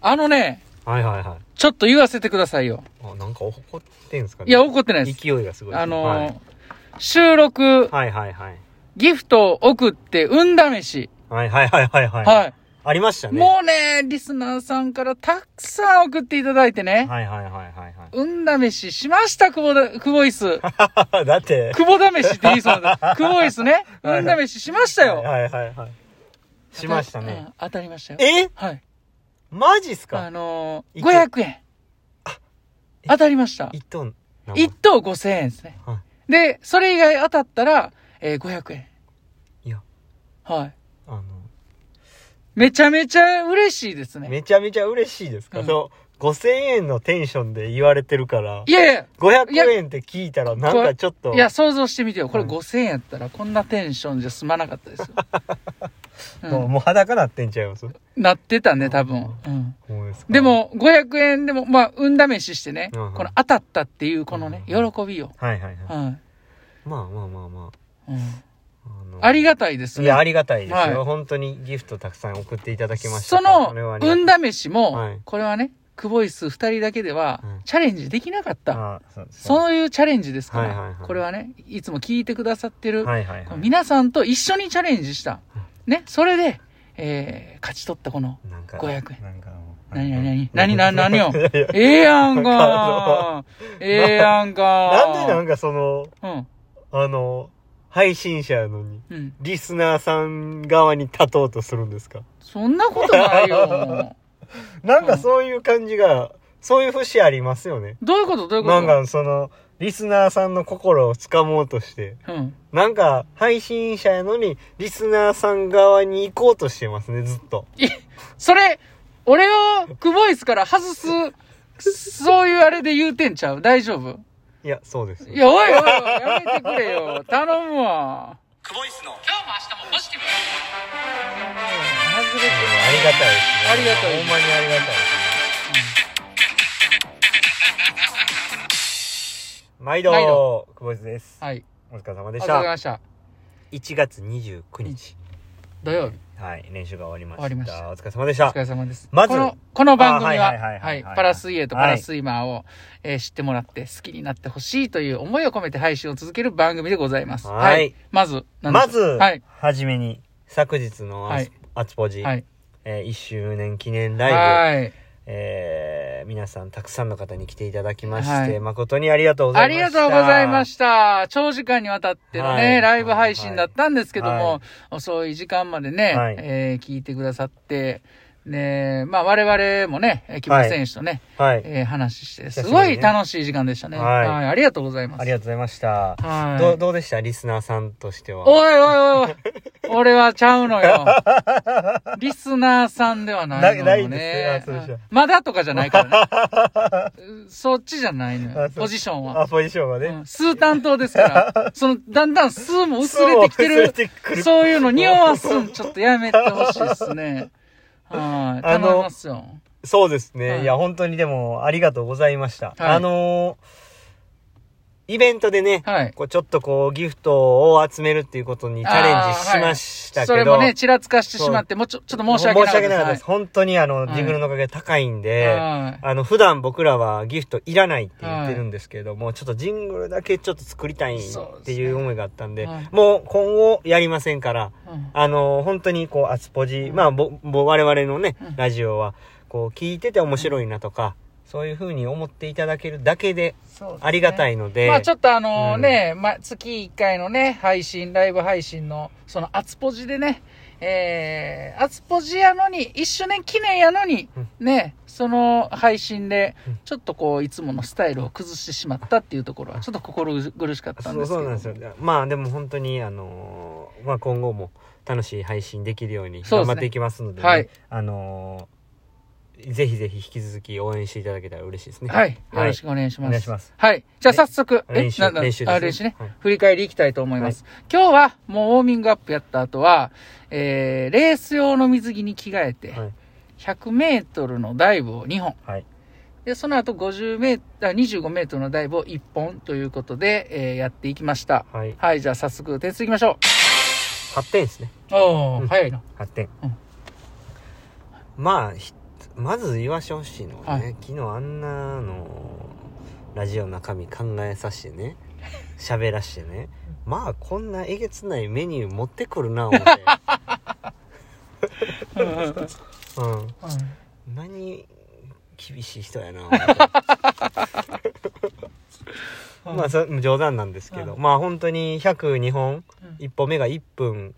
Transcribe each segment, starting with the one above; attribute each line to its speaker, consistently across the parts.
Speaker 1: あのね、
Speaker 2: はいはいはい。
Speaker 1: ちょっと言わせてくださいよ。
Speaker 2: あ、なんか怒ってんすかね。
Speaker 1: いや、怒ってないです。
Speaker 2: 勢いがすごいですね。
Speaker 1: あのー
Speaker 2: はい
Speaker 1: 収録、
Speaker 2: はいはいはい。
Speaker 1: ギフト送って、運試し。
Speaker 2: はいはいはいはいはい。
Speaker 1: は
Speaker 2: ありました
Speaker 1: い。
Speaker 2: ね。
Speaker 1: もうね、リスナーさんからたくさん送っていただいてね。
Speaker 2: はいはいはいはい
Speaker 1: 運試ししました、久保だ、久保イス。
Speaker 2: はい。だって。
Speaker 1: 久保試しって言いそうなんだ。久保イスね。
Speaker 2: はい
Speaker 1: 運試ししましたよ。
Speaker 2: はいはいはい。しました
Speaker 1: う
Speaker 2: ね。
Speaker 1: ん。当たりましたよ。
Speaker 2: え
Speaker 1: はい。
Speaker 2: マジっす
Speaker 1: あ
Speaker 2: か
Speaker 1: のー、
Speaker 2: いくら
Speaker 1: 500円。当たりました。
Speaker 2: 一トン。
Speaker 1: 1等5000円ですね。
Speaker 2: は
Speaker 1: で、それ以外当たったら、えー、500円。
Speaker 2: いや。
Speaker 1: はい。
Speaker 2: あの、
Speaker 1: めちゃめちゃ嬉しいですね。
Speaker 2: めちゃめちゃ嬉しいですか、
Speaker 1: うん
Speaker 2: そう、5000円のテンションで言われてるから
Speaker 1: い、やい
Speaker 2: 500
Speaker 1: いや
Speaker 2: 円って聞いたらなんかちょっと、
Speaker 1: や、いや、想像してみてよ。これ
Speaker 2: うん
Speaker 1: 5000円やったら、こんなテンションじゃ済まなかった ですよ。
Speaker 2: もうもう裸なってんちゃいます
Speaker 1: うん、なってたね、多分。うん
Speaker 2: ほんまですか
Speaker 1: で、も、500円でも、まあ、運試ししてね、
Speaker 2: うん
Speaker 1: この当たったっていう、このね、喜
Speaker 2: うん
Speaker 1: びよ。
Speaker 2: はいはいはい。
Speaker 1: は
Speaker 2: まあまあまあま
Speaker 1: い。うん
Speaker 2: あ。あの
Speaker 1: ありがたいです
Speaker 2: い
Speaker 1: ね。
Speaker 2: や、ありがたいですよ、
Speaker 1: はい
Speaker 2: 本当にギフトたくさん送っていただきました
Speaker 1: その
Speaker 2: これはあ、りがたい
Speaker 1: 運試しも、
Speaker 2: はい
Speaker 1: これはね、クボイス二人だけでは
Speaker 2: うん、
Speaker 1: チャレンジできなかった。
Speaker 2: あそうです
Speaker 1: そういうチャレンジですから、
Speaker 2: はいはいはい
Speaker 1: これはね、いつも聞いてくださってる、
Speaker 2: はいはいはい。
Speaker 1: 皆さんと一緒にチャレンジした。ね、それで、えー、勝ち取ったこの、
Speaker 2: なんか、
Speaker 1: 500円
Speaker 2: なんかもう
Speaker 1: 何
Speaker 2: なんか
Speaker 1: 何何何何何よ
Speaker 2: い やいや
Speaker 1: ええや ん
Speaker 2: な
Speaker 1: かええやんか
Speaker 2: なんでなんかその、
Speaker 1: うん、
Speaker 2: あの、配信者やのに、
Speaker 1: うん。
Speaker 2: リスナーさん側に立とうとするんですか
Speaker 1: そんなことない よ。
Speaker 2: なんかそういう感じが、そういう節ありますよね。
Speaker 1: どういうことどういうこ
Speaker 2: な
Speaker 1: と
Speaker 2: んかその、リスナーさんの心を掴もうとして、
Speaker 1: うん。
Speaker 2: なんか配信者やのに、リスナーさん側に行こうとしてますね、ずっと。
Speaker 1: それ、俺をクボイスから外す、そういうあれで言うてんちゃう大丈夫
Speaker 2: いや、そうです。
Speaker 1: いや、おいおいおい、やめてくれよ。頼むわ。
Speaker 2: クボイスの。
Speaker 1: 今日も明日もポジティブ。外れ
Speaker 2: ありがたいですね。
Speaker 1: ありがたい
Speaker 2: ほんまにありがたいですね。
Speaker 1: 毎
Speaker 2: 毎度
Speaker 1: 度、
Speaker 2: 久保井です。
Speaker 1: はい。
Speaker 2: お疲れ様
Speaker 1: お
Speaker 2: でし
Speaker 1: 疲れ様で
Speaker 2: た。
Speaker 1: した。
Speaker 2: 1月29日。
Speaker 1: 土曜日、
Speaker 2: はい、練習が終わりまし
Speaker 1: 終
Speaker 2: た。
Speaker 1: わりました
Speaker 2: お疲れ様でし
Speaker 1: お
Speaker 2: た
Speaker 1: 疲。れ様です。
Speaker 2: まず
Speaker 1: この、この番組
Speaker 2: あはいはい
Speaker 1: は、
Speaker 2: は
Speaker 1: はい
Speaker 2: はい
Speaker 1: い、
Speaker 2: はい
Speaker 1: パラ水泳とパラスイマーを、えー知ってもらって好きになってほしいという思いを込めて配信を続ける番組でございます。
Speaker 2: はい。
Speaker 1: まず、何でし
Speaker 2: ま
Speaker 1: ょ
Speaker 2: ず、
Speaker 1: うはい。
Speaker 2: はじめに、昨日のアス,、
Speaker 1: はい
Speaker 2: ポジ、
Speaker 1: はい。
Speaker 2: えー、1周年記念ライブ、
Speaker 1: はい。
Speaker 2: えー、皆さんたくさんの方に来ていただきまして、
Speaker 1: はい
Speaker 2: 誠にありがとうござ
Speaker 1: あ
Speaker 2: いま
Speaker 1: り
Speaker 2: した。
Speaker 1: がとうございました。長時間にわたってのね、
Speaker 2: はい
Speaker 1: ライブ配信だったんですけど
Speaker 2: はいは
Speaker 1: も、遅い時間までね、
Speaker 2: はい
Speaker 1: えー聞いてくださって、ね、まあ我々もね、えー木村選手とね、
Speaker 2: た。はい。
Speaker 1: えー話して、す
Speaker 2: 久
Speaker 1: ご
Speaker 2: しぶり
Speaker 1: い
Speaker 2: ね
Speaker 1: 楽しい時間でしたね。
Speaker 2: は
Speaker 1: はいい、ありがとうございます。
Speaker 2: ありがとうございました。
Speaker 1: はい
Speaker 2: どう、どうでしたリスナーさんとしては。
Speaker 1: おいおいおい、俺はちゃうの よ。リスナーさんではないの
Speaker 2: なない
Speaker 1: よ
Speaker 2: ん
Speaker 1: ね
Speaker 2: で。すねあそうでしょ
Speaker 1: まだとかじゃないから ね。そっちじゃないの
Speaker 2: あ
Speaker 1: よ、
Speaker 2: そう
Speaker 1: ポジションは。
Speaker 2: あ、ポジションはね。
Speaker 1: うん数担当です から、その、だんだん数も薄れてきて
Speaker 2: そう薄
Speaker 1: る、
Speaker 2: れてくる
Speaker 1: そういうの匂わすん、ちょっとやめてほしいですね。はい。
Speaker 2: あ
Speaker 1: 頼
Speaker 2: の
Speaker 1: みますよ。
Speaker 2: そうですね。
Speaker 1: はい
Speaker 2: いや、本当にでも、ありがとうございました。
Speaker 1: はい
Speaker 2: あのーイベントでね、
Speaker 1: はい。
Speaker 2: こうちょっとこう、ギフトを集めるっていうことにチャレンジしましたけど、
Speaker 1: それもね、ちらつかしてしまって、もうちょ、ちょっと申し訳なかった
Speaker 2: 申し訳なかったです。本当にあの、
Speaker 1: はい
Speaker 2: ジグルのおかげで高いんで、
Speaker 1: はい
Speaker 2: あの、普段僕らはギフトいらないって言ってるんですけども、ちょっとジングルだけちょっと作りたいっていう思いがあったんで、
Speaker 1: そうですね
Speaker 2: もう今後やりませんから、
Speaker 1: はいうん
Speaker 2: あの、本当にこう、アスポジ、まあ、ぼ、ぼ、我々のね
Speaker 1: うん、
Speaker 2: ラジオは、こう、聞いてて面白いなとか、そういう風に思っていただけるだけで、
Speaker 1: そうですね
Speaker 2: ありがたいので、
Speaker 1: まあちょっとあの
Speaker 2: うん
Speaker 1: ね、まあ月1回のね、配信、ライブ配信の、その、アツポジでね、えー、アツポジやのに、1周年記念やのに
Speaker 2: うん、
Speaker 1: ね、その配信で
Speaker 2: うん、
Speaker 1: ちょっとこう、いつものスタイルを崩してしまったっていうところは、ちょっと心苦しかったん
Speaker 2: そ
Speaker 1: で
Speaker 2: う
Speaker 1: すけど。
Speaker 2: そうなんですよ。まあでも本当に、あのーまあ今後も楽しい配信できるように
Speaker 1: そう
Speaker 2: 頑
Speaker 1: ですね
Speaker 2: 張っていきますので、ね
Speaker 1: はい
Speaker 2: あのーぜひぜひ引き続き応援していただけたら嬉しいですね。
Speaker 1: はい。
Speaker 2: は
Speaker 1: よ
Speaker 2: い
Speaker 1: ろしくお願いします。
Speaker 2: お願いします
Speaker 1: はい。じゃあ早速、
Speaker 2: ね練習
Speaker 1: なな
Speaker 2: 練習ですね
Speaker 1: あ練習ね、
Speaker 2: はい
Speaker 1: 振り返りいきたいと思います。今日はもうウォーミングアップやった後は、えー、レース用の水着に着替えて、
Speaker 2: はい
Speaker 1: 100メートルのダイブを2本。
Speaker 2: はい。
Speaker 1: で、その後50メートル、25メートルのダイブを1本ということで、えー、やっていきました。
Speaker 2: はい。
Speaker 1: はい。じゃあ早速点数いきましょ
Speaker 2: 8点ですね。
Speaker 1: う。お
Speaker 2: ー
Speaker 1: 早いな。
Speaker 2: 8点。
Speaker 1: うん
Speaker 2: まあ、ひまず言わしてほしいのはね、
Speaker 1: は
Speaker 2: 昨日あんなのラジオの中身考えさし てね喋らしてねまあこんなえげつないメニュー持って くるな思って、うん、何厳しい人やな思ってまあそれ冗談なんですけど、
Speaker 1: う
Speaker 2: まあ本当に102本
Speaker 1: うん
Speaker 2: 1本目が1分、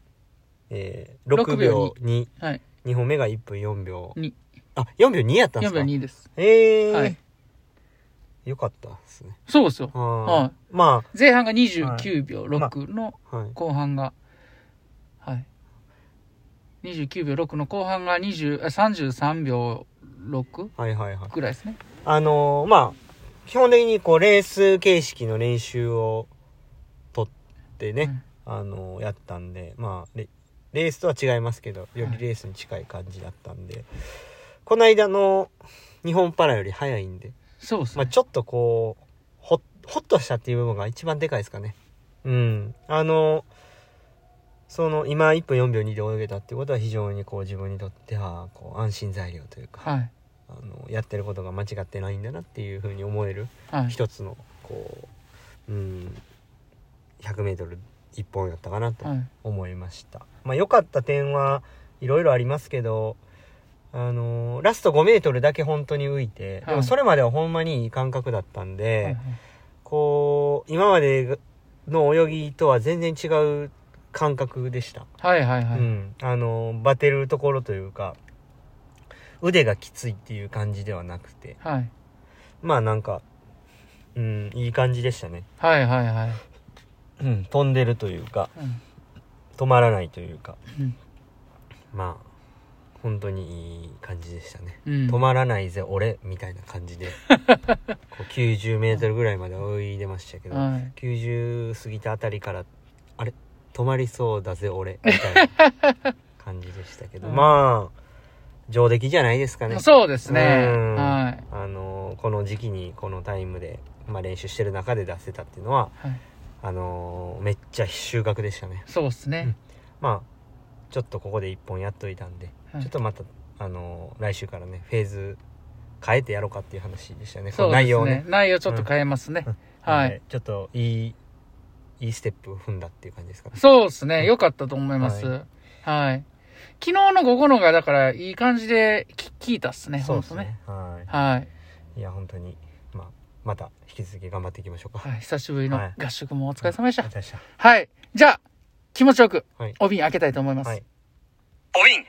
Speaker 2: えー
Speaker 1: 6秒
Speaker 2: 6秒2
Speaker 1: はい。
Speaker 2: 2本目が1分4秒
Speaker 1: に
Speaker 2: あ4秒2やったんで
Speaker 1: 4
Speaker 2: すか
Speaker 1: 秒2です。
Speaker 2: ええー
Speaker 1: はい
Speaker 2: よかったですね。
Speaker 1: そうですよ。は
Speaker 2: はいい。ま
Speaker 1: 前半が29秒6の
Speaker 2: あ、はい。
Speaker 1: 後半が、はい。29秒6の後半が20あ33秒6
Speaker 2: はいはいはい。
Speaker 1: ぐらいですね。
Speaker 2: あのーまあ、基本的にこう、レース形式の練習を取ってね、あのーやったんで、まあレ、レースとは違いますけど、よ
Speaker 1: はい
Speaker 2: りレースに近い感じだったんで、この間の日本パラより早いんで、
Speaker 1: そうです
Speaker 2: まあ、
Speaker 1: ね。
Speaker 2: ちょっとこう、ほっ、ほっとしたっていう部分が一番でかいですかね。うん。あの、その、今1分4秒2で泳げたってことは非常にこう自分にとっては、こう、安心材料というか、
Speaker 1: はい。
Speaker 2: あの、やってることが間違ってないんだなっていうふうに思える、
Speaker 1: はい。
Speaker 2: 一つの、こう、うん、100メートル一本やったかなと
Speaker 1: はい。
Speaker 2: 思いました。まあ、良かった点はいろいろありますけど、あのーラスト5メートルだけ本当に浮い
Speaker 1: は
Speaker 2: て、
Speaker 1: い
Speaker 2: でもそれまではほんまにいい感覚だったんで、
Speaker 1: はい
Speaker 2: こう、今までの泳ぎとは全然違う感覚でした。
Speaker 1: はいはいは
Speaker 2: う
Speaker 1: い。
Speaker 2: ん。あのーバテるところというか、腕がきついっていう感じではなくて、
Speaker 1: はい。
Speaker 2: まあなんか、うん、いい感じでしたね。
Speaker 1: はいはいはい。
Speaker 2: うん、飛んでるというか、
Speaker 1: うん
Speaker 2: 止まらないというか、
Speaker 1: うん
Speaker 2: まあ本当にいい感じでしたね、
Speaker 1: うん
Speaker 2: 止まらないぜ俺みたいな感 じでこう90メートルぐらいまで泳いでましたけど、
Speaker 1: はい
Speaker 2: 90過ぎたあたりからあれ止まりそうだぜ俺みたいな感じでしたけど、
Speaker 1: うん
Speaker 2: まあ上出来じゃないですかね
Speaker 1: そうですね。
Speaker 2: うん
Speaker 1: はい。
Speaker 2: あのこの時期にこのタイムで、まあ、練習してる中で出せたっていうのは
Speaker 1: はい。
Speaker 2: あのめっちゃ収穫でしたね
Speaker 1: そうですね。
Speaker 2: まあちょっとここで一本やっといたんで
Speaker 1: はい
Speaker 2: ちょっとまた、あのー来週からね、フェーズ変えてやろうかっていう話でしたね。こ
Speaker 1: そう
Speaker 2: の
Speaker 1: です
Speaker 2: 内容を
Speaker 1: ね
Speaker 2: ね。。
Speaker 1: 内容ちょっと変えますね
Speaker 2: うん。
Speaker 1: は
Speaker 2: はいい。。ちょっと、いい、いいステップを踏んだっていう感じですかね。
Speaker 1: そうですね。良かったと思います。は。
Speaker 2: はい
Speaker 1: 昨日の午後のが、だから、いい感じでき聞いたっすね。
Speaker 2: そ
Speaker 1: 本
Speaker 2: うです
Speaker 1: 当ね。
Speaker 2: ね。は
Speaker 1: はい。
Speaker 2: い。いや、本当に、まあ、また引き続き頑張っていきましょうか。
Speaker 1: はい。久しぶりの
Speaker 2: はい
Speaker 1: 合宿もお疲れ様でした。
Speaker 2: ありがとうございました。
Speaker 1: はい。じゃあ、気持ちよく
Speaker 2: はい、
Speaker 1: お瓶開けたいと思います。
Speaker 2: はいい
Speaker 1: ら
Speaker 2: おいん
Speaker 1: っ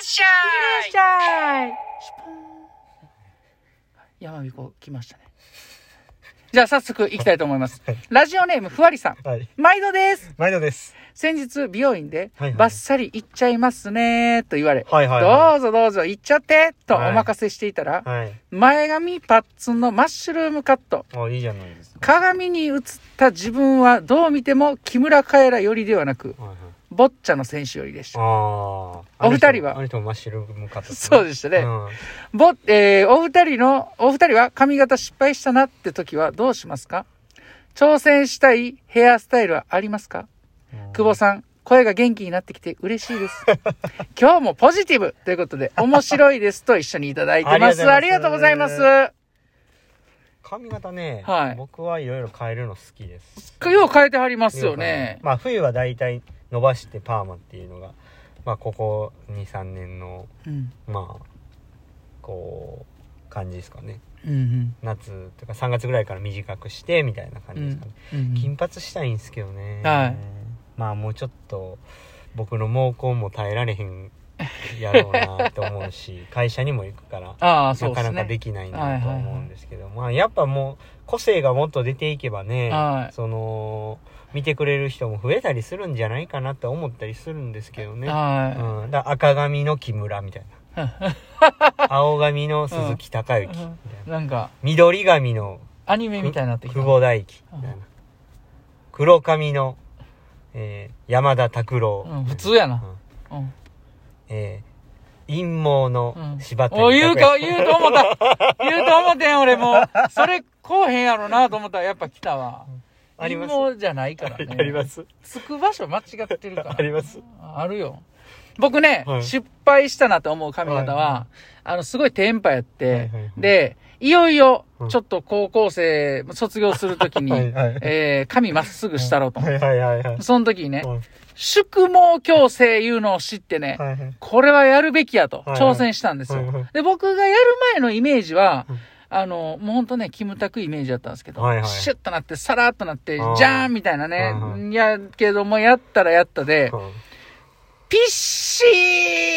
Speaker 1: しゃいいらっしゃいシュポーン山彦来ましたね。じゃあ、早速行きたいと思います
Speaker 2: はい。
Speaker 1: ラジオネーム、ふわりさん。
Speaker 2: はい。
Speaker 1: 毎度です。
Speaker 2: 毎度です。
Speaker 1: 先日、美容院で
Speaker 2: はいは、い
Speaker 1: バッサリ行っちゃいますねーと言われ、
Speaker 2: はいはい
Speaker 1: ど
Speaker 2: は
Speaker 1: うぞどうぞ行っちゃってとお
Speaker 2: はい
Speaker 1: 任せしていたら、
Speaker 2: い。はい。
Speaker 1: 前髪パッツンのマッシュルームカット
Speaker 2: あ、いいじゃないですか。
Speaker 1: 鏡に映った自分はどう見ても木村カエラよりではなく
Speaker 2: はいはい。
Speaker 1: ボッチャの選手よりでした
Speaker 2: ああ。
Speaker 1: お二人は
Speaker 2: あの人もマッシュルームカット。
Speaker 1: そうでしたね
Speaker 2: うん
Speaker 1: ぼ、えーお二人のお二人は髪型失敗したなって時はどうしますか挑戦したいヘアスタイルはありますか久保さん声が元気になってきて嬉しい です今日もポジティブということで面白いですと一緒にいただいてますあ
Speaker 2: あ
Speaker 1: り
Speaker 2: り
Speaker 1: が
Speaker 2: が
Speaker 1: とうご
Speaker 2: とう
Speaker 1: ざ
Speaker 2: ござ
Speaker 1: い
Speaker 2: い
Speaker 1: ま
Speaker 2: ますす髪型ね、
Speaker 1: はい
Speaker 2: 僕はいろいろ変えるの好きです。
Speaker 1: よう変えてはりますよね
Speaker 2: まあ冬は大体伸ばしてパーマっていうのが、まあここ2、3年の、
Speaker 1: うん
Speaker 2: まあ、こう、感じですかね。
Speaker 1: うん
Speaker 2: 夏とか3月ぐらいから短くしてみたいな感じですかね。
Speaker 1: うんうん
Speaker 2: 金髪したいんですけどね。
Speaker 1: はい
Speaker 2: まあもうちょっと僕の毛根も耐えられへんやろうなと思うし、会社にも行くから。
Speaker 1: ああそうで
Speaker 2: なか
Speaker 1: すね
Speaker 2: なかできないなとは思うんですけど、まあやっぱもう個性がもっと出ていけばね、
Speaker 1: はい
Speaker 2: その見てくれる人も増えたりするんじゃないかなと思ったりするんですけどね、
Speaker 1: は
Speaker 2: うん、だから赤髪の木村みたい な青髪の鈴木孝之みたいな、
Speaker 1: いなんか
Speaker 2: 緑髪の
Speaker 1: アニメみたいになってきた
Speaker 2: 久保大樹みたいな、
Speaker 1: うん
Speaker 2: 黒髪の、えー山田拓郎、
Speaker 1: うん普通や
Speaker 2: う
Speaker 1: なんうん
Speaker 2: えー陰謀の柴田
Speaker 1: お言うか言うと思った言うと思ってん俺もうそれこうへんやろなと思ったらやっぱ来たわ
Speaker 2: あります
Speaker 1: 陰謀じゃないから
Speaker 2: あ
Speaker 1: ね
Speaker 2: ります
Speaker 1: つく場所間違ってるから
Speaker 2: あります
Speaker 1: あるよ僕ね、
Speaker 2: はい
Speaker 1: 失敗したなと思う髪型は、
Speaker 2: はいは
Speaker 1: あの、すごいテンパやって、
Speaker 2: はいはいはい
Speaker 1: で、いよいよ
Speaker 2: う、ん
Speaker 1: ちょっと高校生卒業するときに、
Speaker 2: はいはい
Speaker 1: えー髪まっすぐしたろうと。
Speaker 2: はいはいはいはい。
Speaker 1: その時にね、
Speaker 2: はい
Speaker 1: 宿毛矯正いうのを知ってね、
Speaker 2: はいはい。
Speaker 1: これはやるべきやと
Speaker 2: はい
Speaker 1: 挑戦したんですよ。
Speaker 2: はいはい
Speaker 1: で、僕がやる前のイメージは
Speaker 2: うん、
Speaker 1: あの、もうほんとね、キムタクイメージだったんですけど、
Speaker 2: はいはい
Speaker 1: シュッとなって、さらっとなって、じ
Speaker 2: あー
Speaker 1: ゃーんみたいなね、
Speaker 2: はい
Speaker 1: や、けどもやったらやったで、ピッシ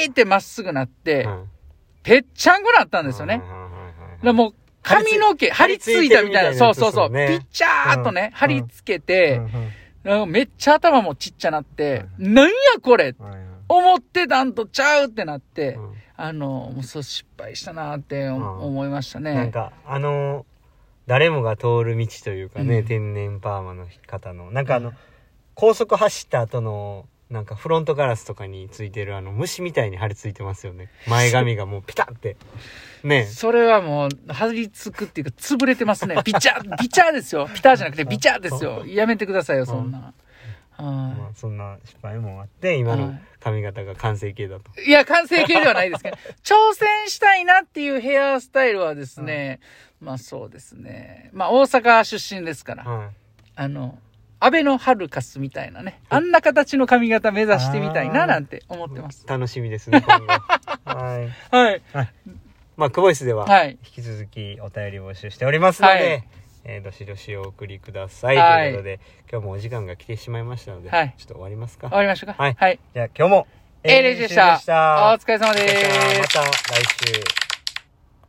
Speaker 1: ーってまっすぐなって、ぺっちゃんこなったん
Speaker 2: な
Speaker 1: ですよね。。だから
Speaker 2: でも、
Speaker 1: もう髪の毛、張
Speaker 2: 張
Speaker 1: り
Speaker 2: り
Speaker 1: 付
Speaker 2: 付
Speaker 1: い
Speaker 2: い
Speaker 1: たみたいな、
Speaker 2: 張り付いてるみたいな
Speaker 1: そうそうそう、
Speaker 2: やつですよね
Speaker 1: ピッチャーっとね、
Speaker 2: うん
Speaker 1: 張り付けて、
Speaker 2: うんうん
Speaker 1: なんかめっちゃ頭もちっちゃなって、
Speaker 2: う
Speaker 1: なんやこれ
Speaker 2: はいはい
Speaker 1: 思ってたんとちゃうってなって、
Speaker 2: うん
Speaker 1: あの、もうそう失敗したなってお
Speaker 2: うん
Speaker 1: 思いましたね。
Speaker 2: なんか、あの、誰もが通る道というかね、
Speaker 1: うん
Speaker 2: 天然パーマの方の、なんかあの、高速走った後の、なんかフロントガラスとかについてるあの虫みたいに張り付いてますよね。前髪がもうピタって。ね
Speaker 1: それはもう、張り付くっていうか、潰れてますね。ビチャ ー、ビチャーですよ。ピターじゃなくて、ビチャーですよ。やめてくださいよ、そんな。
Speaker 2: ま
Speaker 1: は
Speaker 2: あ、そんな失敗もあって、今の髪型が完成形だと。
Speaker 1: い。いや、完成形ではないですけど、 挑戦したいなっていうヘアスタイルはですね、まあそうですね。まあ大阪出身ですから、
Speaker 2: はい。
Speaker 1: あの、安倍のハルカスみたいなね、あんな形の髪型目指してみたいな
Speaker 2: あー
Speaker 1: なんて思ってます。
Speaker 2: 楽しみですね、今後。はい。
Speaker 1: はい。
Speaker 2: まあ、クボイスでは、
Speaker 1: はい
Speaker 2: 引き続きお便りを募集しておりますので、
Speaker 1: はい
Speaker 2: えーどしどしお送りください。
Speaker 1: はい
Speaker 2: ということで、今日もお時間が来てしまいましたので、
Speaker 1: はい
Speaker 2: ちょっと終わります
Speaker 1: 終
Speaker 2: か。
Speaker 1: わりましょうか。
Speaker 2: はい
Speaker 1: はい。
Speaker 2: じゃあ、今日も、
Speaker 1: A レジでした。お疲れ様
Speaker 2: お疲れ
Speaker 1: で
Speaker 2: 様
Speaker 1: す。
Speaker 2: また来週。